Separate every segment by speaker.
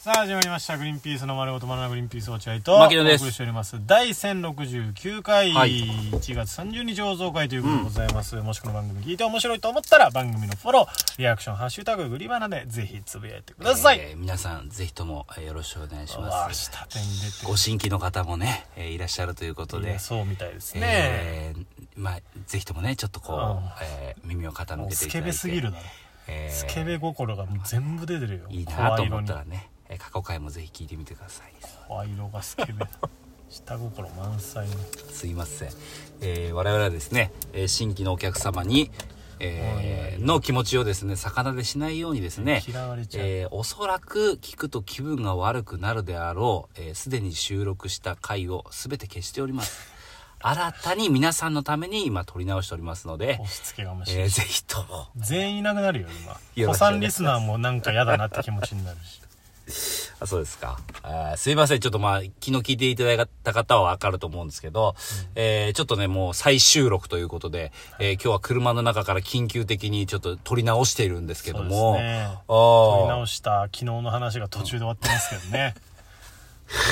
Speaker 1: さあ始まりました「グリーンピースの丸ごとバナナグリーンピース落合」とお
Speaker 2: 牧野
Speaker 1: 送り
Speaker 2: です
Speaker 1: しております第1069回、
Speaker 2: はい
Speaker 1: 1月30日放送会ということでございます、もしこの番組聞いて面白いと思ったら番組のフォローリアクション「ハッシュタググリバナ」でぜひつぶやいてください、
Speaker 2: えー皆さんぜひともえーよろしくお願いし
Speaker 1: うわ
Speaker 2: ます
Speaker 1: 下手に出て
Speaker 2: ご新規の方もね、えーいらっしゃるということ
Speaker 1: い
Speaker 2: で
Speaker 1: やそうみたいですね、
Speaker 2: えーまあぜひともねちょっとこう、
Speaker 1: うん
Speaker 2: えー耳を傾
Speaker 1: もう
Speaker 2: けて
Speaker 1: ス
Speaker 2: いた
Speaker 1: ケ
Speaker 2: だい
Speaker 1: ベ
Speaker 2: て
Speaker 1: すぎるだろ、
Speaker 2: えー
Speaker 1: スケベ心がもう全部出てるよ
Speaker 2: いいな
Speaker 1: 怖
Speaker 2: と
Speaker 1: い
Speaker 2: 思
Speaker 1: 色
Speaker 2: っ
Speaker 1: に
Speaker 2: たらね、えー過去回もぜひ聞いてみてください
Speaker 1: 怖い色がスケベ下心満載の
Speaker 2: すいません、えー我々はですね、えー新規のお客様に、えーの気持ちをですね魚でしないようにですね
Speaker 1: 嫌われちゃう
Speaker 2: えーおそらく聞くと気分が悪くなるであろうえーすで、に収録した回を全て消しております新たに皆さんのために今撮り直しておりますので、
Speaker 1: 押し付けがましい、
Speaker 2: えーぜひとも
Speaker 1: 全員いなくなるよ
Speaker 2: よ
Speaker 1: 今
Speaker 2: ろ
Speaker 1: 子
Speaker 2: しくお
Speaker 1: さ
Speaker 2: 願
Speaker 1: ん
Speaker 2: いします
Speaker 1: リスナーもなんか嫌だなって気持ちになるし
Speaker 2: あそうですかあーすいませんちょっとまあ昨日聞いていただいた方は分かると思うんですけど、えーちょっとねもう再収録ということで、えー今日は車の中から緊急的にちょっと撮り直しているんですけど
Speaker 1: そう
Speaker 2: も、
Speaker 1: ですね
Speaker 2: あ
Speaker 1: 取り
Speaker 2: ー
Speaker 1: 直した昨日の話が途中で終わってますけどね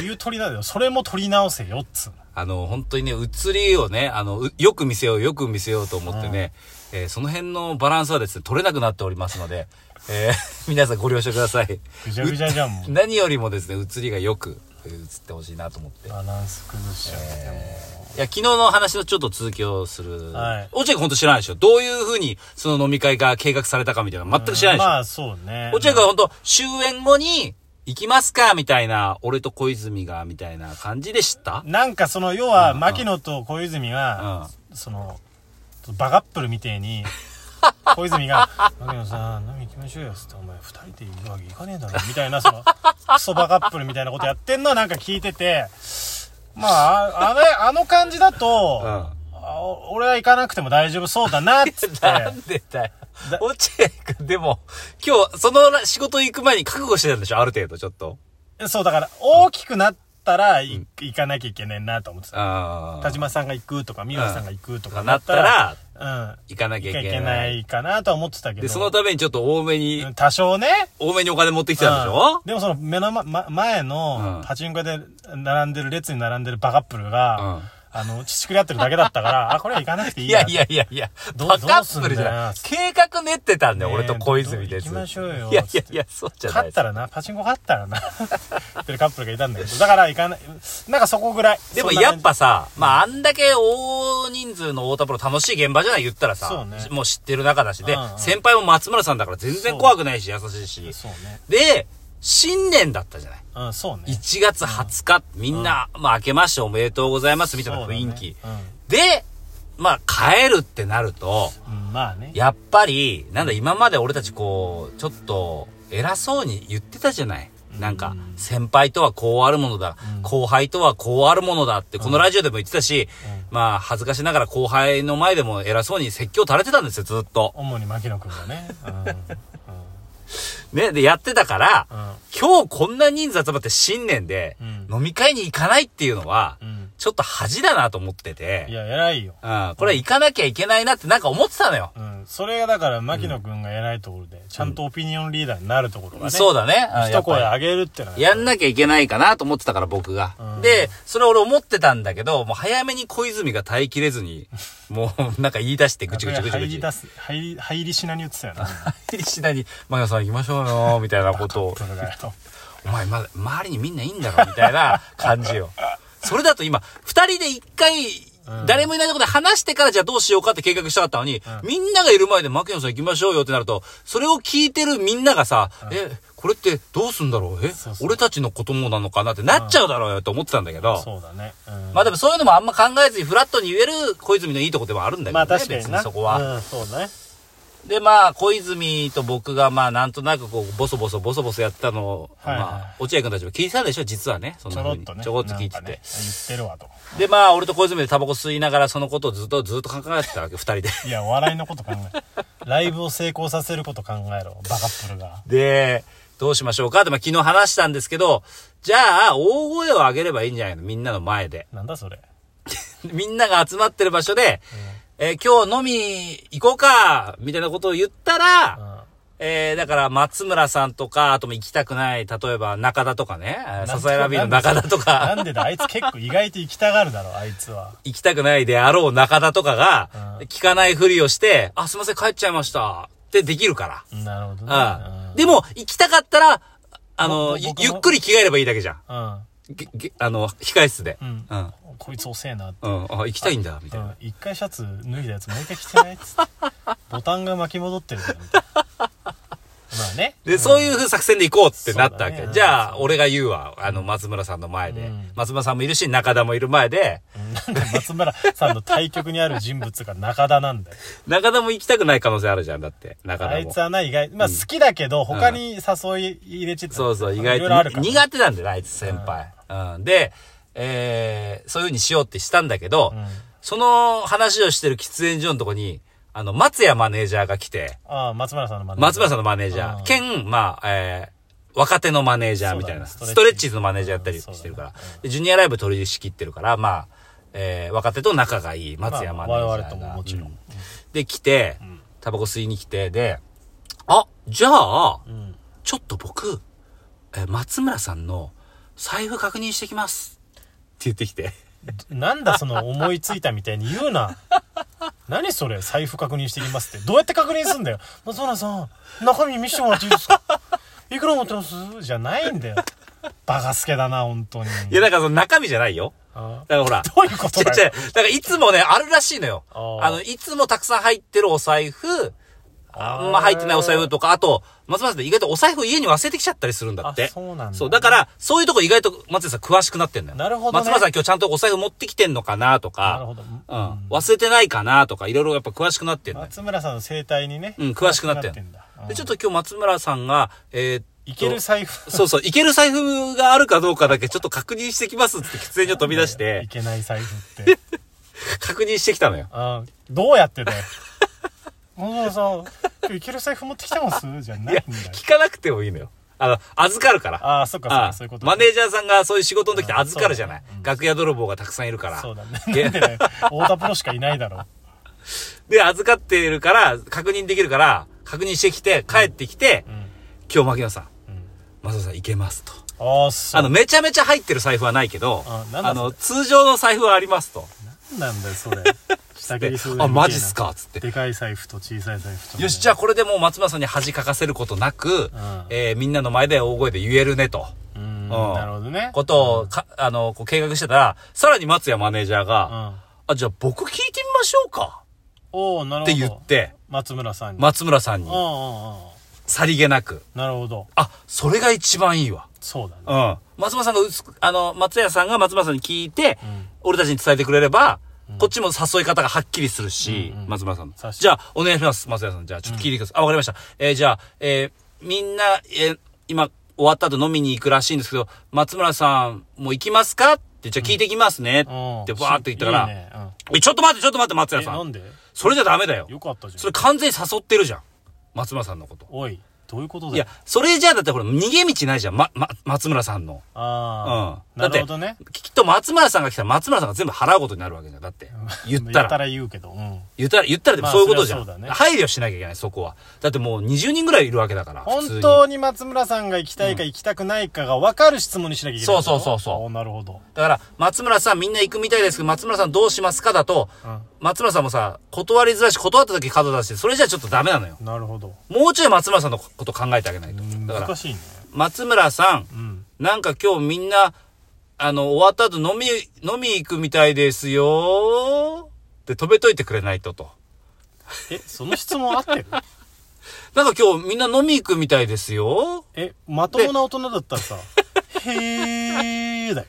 Speaker 1: どういう取り直せよそれも取り直せよっつうの
Speaker 2: あの本当にね映りをねあのうよく見せようよく見せようと思ってね、えーその辺のバランスはですね取れなくなっておりますので、えー 皆さんご了承ください
Speaker 1: ぐちゃぐちゃじゃんもう
Speaker 2: 何よりもですね映りがよくえー映ってほしいなと思って
Speaker 1: バランス崩しちゃっても
Speaker 2: いや、昨日の話のちょっと続きをする。
Speaker 1: はい
Speaker 2: 落合君ほんと知らないでしょどういうふうにその飲み会が計画されたかみたいなの全く知ら
Speaker 1: ま
Speaker 2: ない
Speaker 1: あそうね
Speaker 2: でしょ落合君はほんと終演後に行きますかみたいな、俺と小泉がみたいな感じで知った
Speaker 1: なんかその要は牧野と小泉が、そのバカップルみてえ に小泉が「牧野さん飲み行きましょうよ」っつって「お前二人で行くわけいかねえだろ」みたいなそのクソバカップルみたいなことやってんのはなんか聞いててまあああれあの感じだと、
Speaker 2: うん
Speaker 1: あお俺は行かなくても大丈夫そうだ なっつって
Speaker 2: なんでだよ。落合君、でも、今日、その仕事行く前に覚悟してたんでしょある程度、ちょっと。
Speaker 1: そうだから大きくなったらい行かなきゃいけねえなと思ってた
Speaker 2: あ
Speaker 1: 田島さんが行くとか三浦さんが行くと
Speaker 2: あ。
Speaker 1: か
Speaker 2: な
Speaker 1: な
Speaker 2: っ
Speaker 1: ったたら
Speaker 2: ら、
Speaker 1: うん
Speaker 2: 行かなき
Speaker 1: い
Speaker 2: ゃ
Speaker 1: け
Speaker 2: いけ
Speaker 1: い
Speaker 2: ない。
Speaker 1: けないかなとは思ってたけど。
Speaker 2: で、そのためにちょっと多めに、
Speaker 1: うん多少ね。
Speaker 2: 多めにお金持ってきてたんでしょ
Speaker 1: うんでもその目の、まま、前
Speaker 2: う
Speaker 1: の
Speaker 2: ん
Speaker 1: パチンコで並んでる、列に並んでるバカップルが、
Speaker 2: うん
Speaker 1: あの、乳くり合ってるだけだったから、あ、これは行かなくていい
Speaker 2: いや
Speaker 1: や。
Speaker 2: いやいやいや、
Speaker 1: どう
Speaker 2: バカップルじゃない
Speaker 1: どう。す
Speaker 2: 計画練ってたんだよ、
Speaker 1: ねえ
Speaker 2: 俺と小泉です。
Speaker 1: どう行きましょうよ
Speaker 2: いやいやいや、そうじゃ
Speaker 1: 勝
Speaker 2: ないで
Speaker 1: っ
Speaker 2: す。
Speaker 1: たらな、パチンコ勝ったらな、言ってるカップルがいたんだけど、だから行かない、なんかそこぐらい。
Speaker 2: でも
Speaker 1: そんな
Speaker 2: や
Speaker 1: 感
Speaker 2: っ
Speaker 1: じ
Speaker 2: ぱさ、まあ、あんだけ大人数の太田プロ楽しい現場じゃない言ったら
Speaker 1: そう
Speaker 2: さ、
Speaker 1: ね
Speaker 2: もう知ってる中だし、で
Speaker 1: うんう、ん
Speaker 2: 先輩も松村さんだから全然怖くないし、優しいし。
Speaker 1: そうね。
Speaker 2: で、新年だったじゃない。
Speaker 1: うん、そうね。
Speaker 2: 1月20日、みんな、まあ、明けましておめでとうございますみたいな
Speaker 1: そうだね
Speaker 2: 雰囲気。
Speaker 1: う
Speaker 2: で、まあ、帰るってなると、
Speaker 1: んうん。まあね。
Speaker 2: やっぱり、なんだ、今まで俺たちこう、ちょっと、偉そうに言ってたじゃない。なんか、先輩とはこうあるものだ、後輩とはこうあるものだって、このラジオでも言ってたし、まあ、恥ずかしながら後輩の前でも偉そうに説教垂れてたんですよ、ずっと。
Speaker 1: 主に牧野くんがね。うん。うん
Speaker 2: ね、で、やってたから、
Speaker 1: うん
Speaker 2: 今日こんな人数集まって新年で、
Speaker 1: うん
Speaker 2: 飲み会に行かないっていうのは、
Speaker 1: うん。
Speaker 2: ちょっと恥だなと思って
Speaker 1: い
Speaker 2: て、
Speaker 1: や、偉いよ。
Speaker 2: うん、これは行かなきゃいけないなってなんか思ってたのよ。
Speaker 1: うん、それがだから牧野君が偉いところで、ちゃんとオピニオンリーダーになるところがね、
Speaker 2: そうだね。うん
Speaker 1: 一
Speaker 2: やっぱり
Speaker 1: 声上げるってのは
Speaker 2: やんなきゃいけないかなと思ってたから僕が。
Speaker 1: うん
Speaker 2: で、それ俺思ってたんだけど、もう早めに小泉が耐えきれずに、もうなんか言い出してぐちぐち ぐちぐ
Speaker 1: 入
Speaker 2: ち。
Speaker 1: り出す入り入りしなに言ってたよな
Speaker 2: 入り しなに、マヤさん行きましょうよ、みたいなことを
Speaker 1: プ。ロがよ
Speaker 2: お前まだ、周りにみんないいんだろ、みた いな感じよ。それだと今、二人で一回、誰もいないところで話してからじゃあどうしようかって計画したかったのに、みんながいる前で牧野さん行きましょうよってなると、それを聞いてるみんながさ、え、これってどうすんだろうえ
Speaker 1: そうそう
Speaker 2: 俺たちのこともなのかなってなっちゃうだろうよと思ってたんだけど、
Speaker 1: そうだね、うん、
Speaker 2: まあでもそういうのもあんま考えずにフラットに言える小泉のいいとこでもあるんだけどね、
Speaker 1: まあ確かに
Speaker 2: 別
Speaker 1: な
Speaker 2: にそこは。
Speaker 1: うん、そうね
Speaker 2: でまあ小泉と僕がまあなんとなくこうボソボソボソボソやったのを、
Speaker 1: はいはい
Speaker 2: まあ落合君たちも聞いてたでしょ実はねそん
Speaker 1: ち
Speaker 2: な
Speaker 1: ょ
Speaker 2: ふ
Speaker 1: ろ
Speaker 2: う
Speaker 1: っ
Speaker 2: に
Speaker 1: とね
Speaker 2: ちょこっと聞いてて、
Speaker 1: なんかね言ってるわと
Speaker 2: でまあ俺と小泉でタバコ吸いながらそのことをずっとずっと考えてたわけ二人で
Speaker 1: いやお笑いのこと考え ライブを成功させること考えろバカップルが
Speaker 2: でどうしましょうかって、まあ、昨日話したんですけどじゃあ大声を上げればいいんじゃないのみんなの前で
Speaker 1: なんだそれ
Speaker 2: みんなが集まってる場所で、えー今日飲み行こうかみたいなことを言ったら、
Speaker 1: うん
Speaker 2: えー、だから松村さんとか、あとも行きたくない、例えば中田とかね、えー笹ラビーの中田とか、
Speaker 1: なんでだあいつ結構意外と行きたがるだろあいつは
Speaker 2: 行きたくないであろう中田とかが、
Speaker 1: うん
Speaker 2: 聞かないふりをして、あ、すいません、帰っちゃいました。ってできるから。
Speaker 1: なるほどね
Speaker 2: ああ
Speaker 1: うん
Speaker 2: でも、行きたかったら、あ
Speaker 1: ぼ
Speaker 2: の、
Speaker 1: ぼ
Speaker 2: ゆ
Speaker 1: 僕も
Speaker 2: ゆっくり着替えればいいだけじゃん。
Speaker 1: うん
Speaker 2: げげあの、控え室で。
Speaker 1: うん
Speaker 2: うん。
Speaker 1: こいつ遅えなって
Speaker 2: うん。あ、行きたいんだ、みたいな。
Speaker 1: うん一回シャツ脱いだやつもう一回着てないっ つってボタンが巻き戻ってるからみたいなまあね
Speaker 2: で、そういう作戦で行こうってなったわ
Speaker 1: そう
Speaker 2: け。
Speaker 1: だね
Speaker 2: じゃあ、俺が言うわ。あの、松村さんの前で。
Speaker 1: うん
Speaker 2: 松村さんもいるし、中田もいる前で、
Speaker 1: うんなんで松村さんの対局にある人物が中田なんだよ
Speaker 2: 中田も行きたくない可能性あるじゃん、だって。中
Speaker 1: あ
Speaker 2: 田
Speaker 1: い
Speaker 2: も
Speaker 1: つ。はな意外まあ好きだけど他に誘い入れちゃって
Speaker 2: そうそう、意外
Speaker 1: いろいろある
Speaker 2: と
Speaker 1: から
Speaker 2: に苦手なんだよな、あいつ先輩。うん。で、えー、そういう風にしようってしたんだけど、
Speaker 1: うん
Speaker 2: その話をしてる喫煙所のとこに、あの、松屋マネージャーが来て、
Speaker 1: ああ松村さんのマネージャー
Speaker 2: 松村さんのマネージャ
Speaker 1: う
Speaker 2: ー、
Speaker 1: ん
Speaker 2: 兼、まあ、えー、若手のマネージャーみたいな、
Speaker 1: そうだね
Speaker 2: ストレッチーズのマネージャーやったり
Speaker 1: そうだね
Speaker 2: してるから、でジュニアライブ取り仕切ってるから、まあ、えー、若手と仲がいい松屋マネージャー
Speaker 1: ま
Speaker 2: が。
Speaker 1: あ我々とももちろん
Speaker 2: うで、来て
Speaker 1: ん、
Speaker 2: タバコ吸いに来て、で、あ、じゃあ、
Speaker 1: うん
Speaker 2: ちょっと僕、えー松村さんの財布確認してきます。って言ってきて。
Speaker 1: なんだその思いついたみたいに言うな。 何それ財布確認してきますって。どうやって確認すんだよ。松村さん、中身見せてもらっていいですかいくら持ってますじゃないんだよ。バカスケだな、本当に。
Speaker 2: いや、だからその中身じゃないよ。
Speaker 1: あ
Speaker 2: だからほら。
Speaker 1: どういうことだよ
Speaker 2: 違う違うだからいつもね、あるらしいのよ。
Speaker 1: あー
Speaker 2: あの、いつもたくさん入ってるお財布、あんま入ってないお財布とか、あと、松村さんって意外とお財布家に忘れてきちゃったりするんだって。
Speaker 1: あそうなんだ
Speaker 2: そう、だから、そういうとこ意外と松村さん詳しくなってんだよ。
Speaker 1: なるほどね
Speaker 2: 松村さん今日ちゃんとお財布持ってきてんのかなと
Speaker 1: なる
Speaker 2: か、
Speaker 1: ほど。
Speaker 2: うん。忘れてないかなとか、いろいろやっぱ詳しくなってんだよ。
Speaker 1: 松村さんの生態にね。
Speaker 2: うん、詳しくなってん
Speaker 1: ん
Speaker 2: だ
Speaker 1: だ。うん
Speaker 2: で、ちょっと今日松村さんが、えーっと
Speaker 1: いける財布。
Speaker 2: そうそう、いける財布があるかどうかだけちょっと確認してきますって喫煙所飛び出し
Speaker 1: い
Speaker 2: て、
Speaker 1: けない財布って。
Speaker 2: 確認してきたのよ。
Speaker 1: あどうやってだよ。松村さん、今日いける財布持ってきてますじゃないんだよ。
Speaker 2: 聞かなくてもいいのよ。あの、預かるから。
Speaker 1: ああ、そっかそっ
Speaker 2: あ
Speaker 1: か、そういうこと。
Speaker 2: マネージャーさんがそういう仕事の時って預かるじゃない、
Speaker 1: あそうだねうん
Speaker 2: 楽屋泥棒がたくさんいるから。
Speaker 1: そうだね。
Speaker 2: げ
Speaker 1: なんでだよ。太田プロしかいないだろ。
Speaker 2: で、預かってるから、確認できるから、確認してきて、帰ってきて、
Speaker 1: うん。
Speaker 2: 今日、牧野さん、
Speaker 1: うん。
Speaker 2: 松野さん行けますと。
Speaker 1: ああ、そう。
Speaker 2: あの、めちゃめちゃ入ってる財布はないけど、
Speaker 1: あなんだ
Speaker 2: あの、通常の財布はありますと。
Speaker 1: なんだよ、 それ。下切りする
Speaker 2: あ、マジっすかつって。
Speaker 1: でかい財布と小さい財布と。
Speaker 2: よし、じゃあこれでもう松村さんに恥かかせることなく、
Speaker 1: ん
Speaker 2: えーみんなの前で大声で言えるねと。
Speaker 1: あ。うん。
Speaker 2: うん
Speaker 1: なるほどね。
Speaker 2: ことをか、あの、こう計画してたら、さらに松屋マネージャー
Speaker 1: う
Speaker 2: が、
Speaker 1: ん。
Speaker 2: あ、じゃあ僕聞いてみましょうか
Speaker 1: おおなる
Speaker 2: っ
Speaker 1: ほど。
Speaker 2: て言っ。て、
Speaker 1: 松村さんに。
Speaker 2: 松村さん
Speaker 1: うんう
Speaker 2: に、
Speaker 1: んうん。
Speaker 2: さりげなく、
Speaker 1: なるほど。
Speaker 2: あ、それが一番いいわ。
Speaker 1: そうだね。
Speaker 2: うん。松村さんがうす、あの、松屋さんが松村さんに聞いて、
Speaker 1: ん
Speaker 2: 俺たちに伝えてくれれば、こっちも誘い方がはっきりするし、
Speaker 1: うんうん
Speaker 2: 松村さんの
Speaker 1: 確か。に
Speaker 2: じゃあ、お願いします、松屋さん。じゃあ、ちょっと聞いてください。あ、わかりました。えーじゃあ、えーみんな、えー今、終わった後飲みに行くらしいんですけど、松村さん、もう行きますかって、じゃあ聞いてきますね。って、
Speaker 1: うん。
Speaker 2: バーって言ったから、
Speaker 1: いいねうん
Speaker 2: えちょっと待って、ちょっと待って、松屋
Speaker 1: え、
Speaker 2: さ。
Speaker 1: なんんで
Speaker 2: それじゃダメだよ。
Speaker 1: よかったじ
Speaker 2: そ
Speaker 1: ゃん
Speaker 2: れ。完全に誘ってるじゃん。松村さんのこと。
Speaker 1: おい、どういうこと
Speaker 2: い
Speaker 1: だよ
Speaker 2: や。、それじゃあだってほら、逃げ道ないじゃん。ま、ま、松村さんの。
Speaker 1: ああ。
Speaker 2: うんだ
Speaker 1: な
Speaker 2: って
Speaker 1: るほどね。
Speaker 2: きっと松村さんが来たら松村さんが全部払うことになるわけじゃん。だって。言ったら。
Speaker 1: 言うけど。うん。
Speaker 2: 言ったら、言ったらでも
Speaker 1: まあ
Speaker 2: そういうことじゃ
Speaker 1: そ
Speaker 2: ん。
Speaker 1: りゃそうだね
Speaker 2: 配慮しなきゃいけない、そこは。だってもう20人ぐらいいるわけだから。普通
Speaker 1: 本
Speaker 2: に
Speaker 1: 当に松村さんが行きたいか行きたくないかが分かる質問にしなきゃいけないの。
Speaker 2: そうそうそうそう
Speaker 1: おなるほど。
Speaker 2: だから、松村さんみんな行くみたいですけど、松村さんどうしますかだと、
Speaker 1: う
Speaker 2: 松村さんもさ、断りづらいし、断った時角出して、それじゃちょっとダメなのよ。
Speaker 1: ん。なるほど。
Speaker 2: もうちょい松村さんのこと考えてあげないと。だから
Speaker 1: 難、しいね。
Speaker 2: 松村さん、
Speaker 1: うん。
Speaker 2: なんか今日みんな、あの、終わった後飲み、飲み行くみたいですよって止めといてくれないとと。
Speaker 1: え、その質問合ってる
Speaker 2: なんか今日みんな飲み行くみたいですよ
Speaker 1: え、まともな大人だったらさ、へーだよ。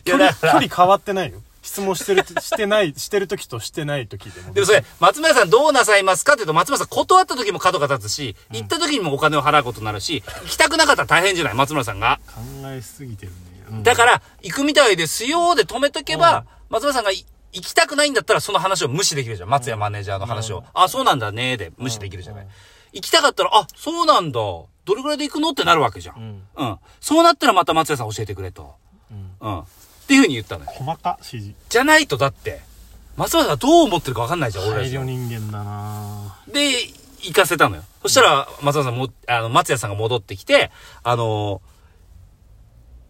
Speaker 2: い
Speaker 1: 距離、
Speaker 2: やだ
Speaker 1: 距
Speaker 2: から
Speaker 1: 離、変わってないよ。質問してると、してない、してる時としてない時でも。
Speaker 2: でもそれ、松村さんどうなさいますかって言うと、松村さん断った時も角が立つし、行った時にもお金を払うことになるし、行きたくなかったら大変じゃない松村さんが。
Speaker 1: 考えすぎてるね。うん
Speaker 2: だから、行くみたいですよで止めとけば、松村さんがい行きたくないんだったらその話を無視できるじゃん。松屋マネージャーの話を。あ、そうなんだねーで無視できるじゃない。行きたかったら、あ、そうなんだ。どれぐらいで行くのってなるわけじゃん。うん。そうなったらまた松屋さん教えてくれと。うん。っていうふうに言ったのよ。
Speaker 1: 細か、指示。
Speaker 2: じゃないとだって、松村さんはどう思ってるかわかんないじゃん、俺ら
Speaker 1: 大
Speaker 2: じゃ
Speaker 1: 量人間だな
Speaker 2: で、行かせたのよ。そしたら、松田さんも、あの、松屋さんが戻ってきて、あのー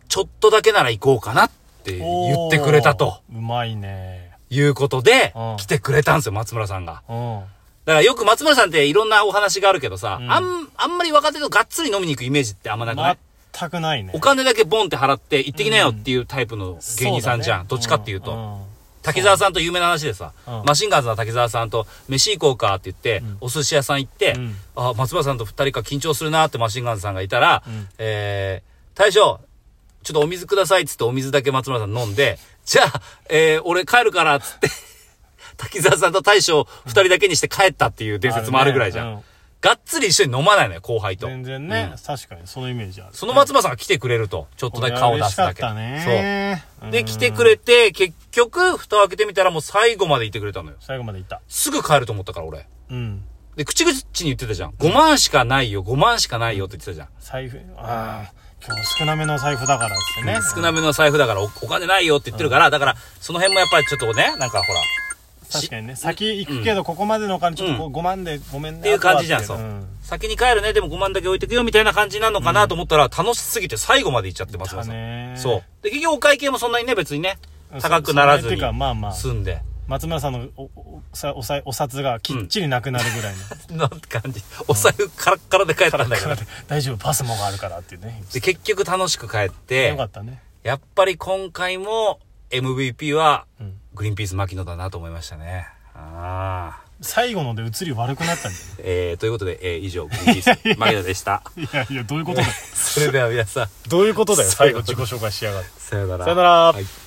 Speaker 2: ちょっとだけなら行こうかなって言ってくれたと
Speaker 1: おーうまいね
Speaker 2: いうことで
Speaker 1: うん、
Speaker 2: 来てくれたんですよ、松村さんが。
Speaker 1: うん
Speaker 2: だからよく松村さんっていろんなお話があるけどさ、
Speaker 1: うん
Speaker 2: あん、あんまり若手とがっつり飲みに行くイメージってあんまなくない、
Speaker 1: 全くないね
Speaker 2: お金だけボンって払って行ってきなよっていうタイプの芸人さんじゃん。
Speaker 1: そだね
Speaker 2: どっちかっていうと。
Speaker 1: んん
Speaker 2: 滝沢さんと有名な話でさ、
Speaker 1: うん
Speaker 2: マシンガンズの滝沢さんと飯行こうかって言って、
Speaker 1: うん
Speaker 2: お寿司屋さん行って、
Speaker 1: うん
Speaker 2: あ、松原さんと二人か緊張するなってマシンガンズさんがいたら、
Speaker 1: うん
Speaker 2: えー、大将、ちょっとお水くださいっつってお水だけ松村さん飲んで、 じゃあ、えー、俺帰るからっつって、 滝沢さんと大将二人だけにして帰ったっていう伝説もあるぐらいじゃん。
Speaker 1: あるね
Speaker 2: がっつり一緒に飲まないのよ、後輩と。
Speaker 1: 全然
Speaker 2: う
Speaker 1: ね
Speaker 2: ん
Speaker 1: 確かにそのイメージある
Speaker 2: その松村さんが来てくれると、ちょっとだけ顔を出すだけ。
Speaker 1: これは嬉しかったね
Speaker 2: そうう。
Speaker 1: ん
Speaker 2: で、来てくれて、結局、蓋を開けてみたらもう最後までいてくれたのよ。
Speaker 1: 最後までいった
Speaker 2: すぐ帰ると思ったから、俺。
Speaker 1: うん
Speaker 2: で、口々に言ってたじゃん。5万しかないよ、5万しかないよって言ってたじゃん。
Speaker 1: 財布ああ今日少なめの財布だからっつってね
Speaker 2: 少なめの財布だからおお金ないよって言ってるから、だから、その辺もやっぱりちょっとね、なんかほら、
Speaker 1: 確かにね先行くけどここまでのお金ちょっとこう5万でごめんね
Speaker 2: っていう感じじゃん
Speaker 1: 後はって
Speaker 2: そうん先に帰るね、でも5万だけ置いてくよみたいな感じなのかなと思ったら、楽しすぎて最後まで行っちゃってます
Speaker 1: だね
Speaker 2: そう。で、結局お会計もそんなにね、別にね、
Speaker 1: うん
Speaker 2: 高くなら
Speaker 1: そ
Speaker 2: ず
Speaker 1: それって
Speaker 2: に
Speaker 1: いうかまあまあ
Speaker 2: 済んで。
Speaker 1: 松村さんのおおさおさお札がきっちりなくなるぐらいの、
Speaker 2: なんて感じ。お財布カラッカラで帰ったんだけど。
Speaker 1: 大丈夫パスモがあるからっていうね
Speaker 2: で、結局楽しく帰っ
Speaker 1: よ
Speaker 2: て
Speaker 1: か、ったね
Speaker 2: やっぱり今回も MVP は
Speaker 1: うん、
Speaker 2: グリーンピース牧野だなと思いましたね。ああ。
Speaker 1: 最後ので映り悪くな ったん
Speaker 2: えー、ということで、えー、以 上、グリーンピース牧野でした。
Speaker 1: だよいやいやどういうことだよ
Speaker 2: それでは皆さん、
Speaker 1: どういうことだよ
Speaker 2: 最
Speaker 1: 最
Speaker 2: 後
Speaker 1: 後自己紹介しやがって
Speaker 2: さよなら。
Speaker 1: さよなら
Speaker 2: はい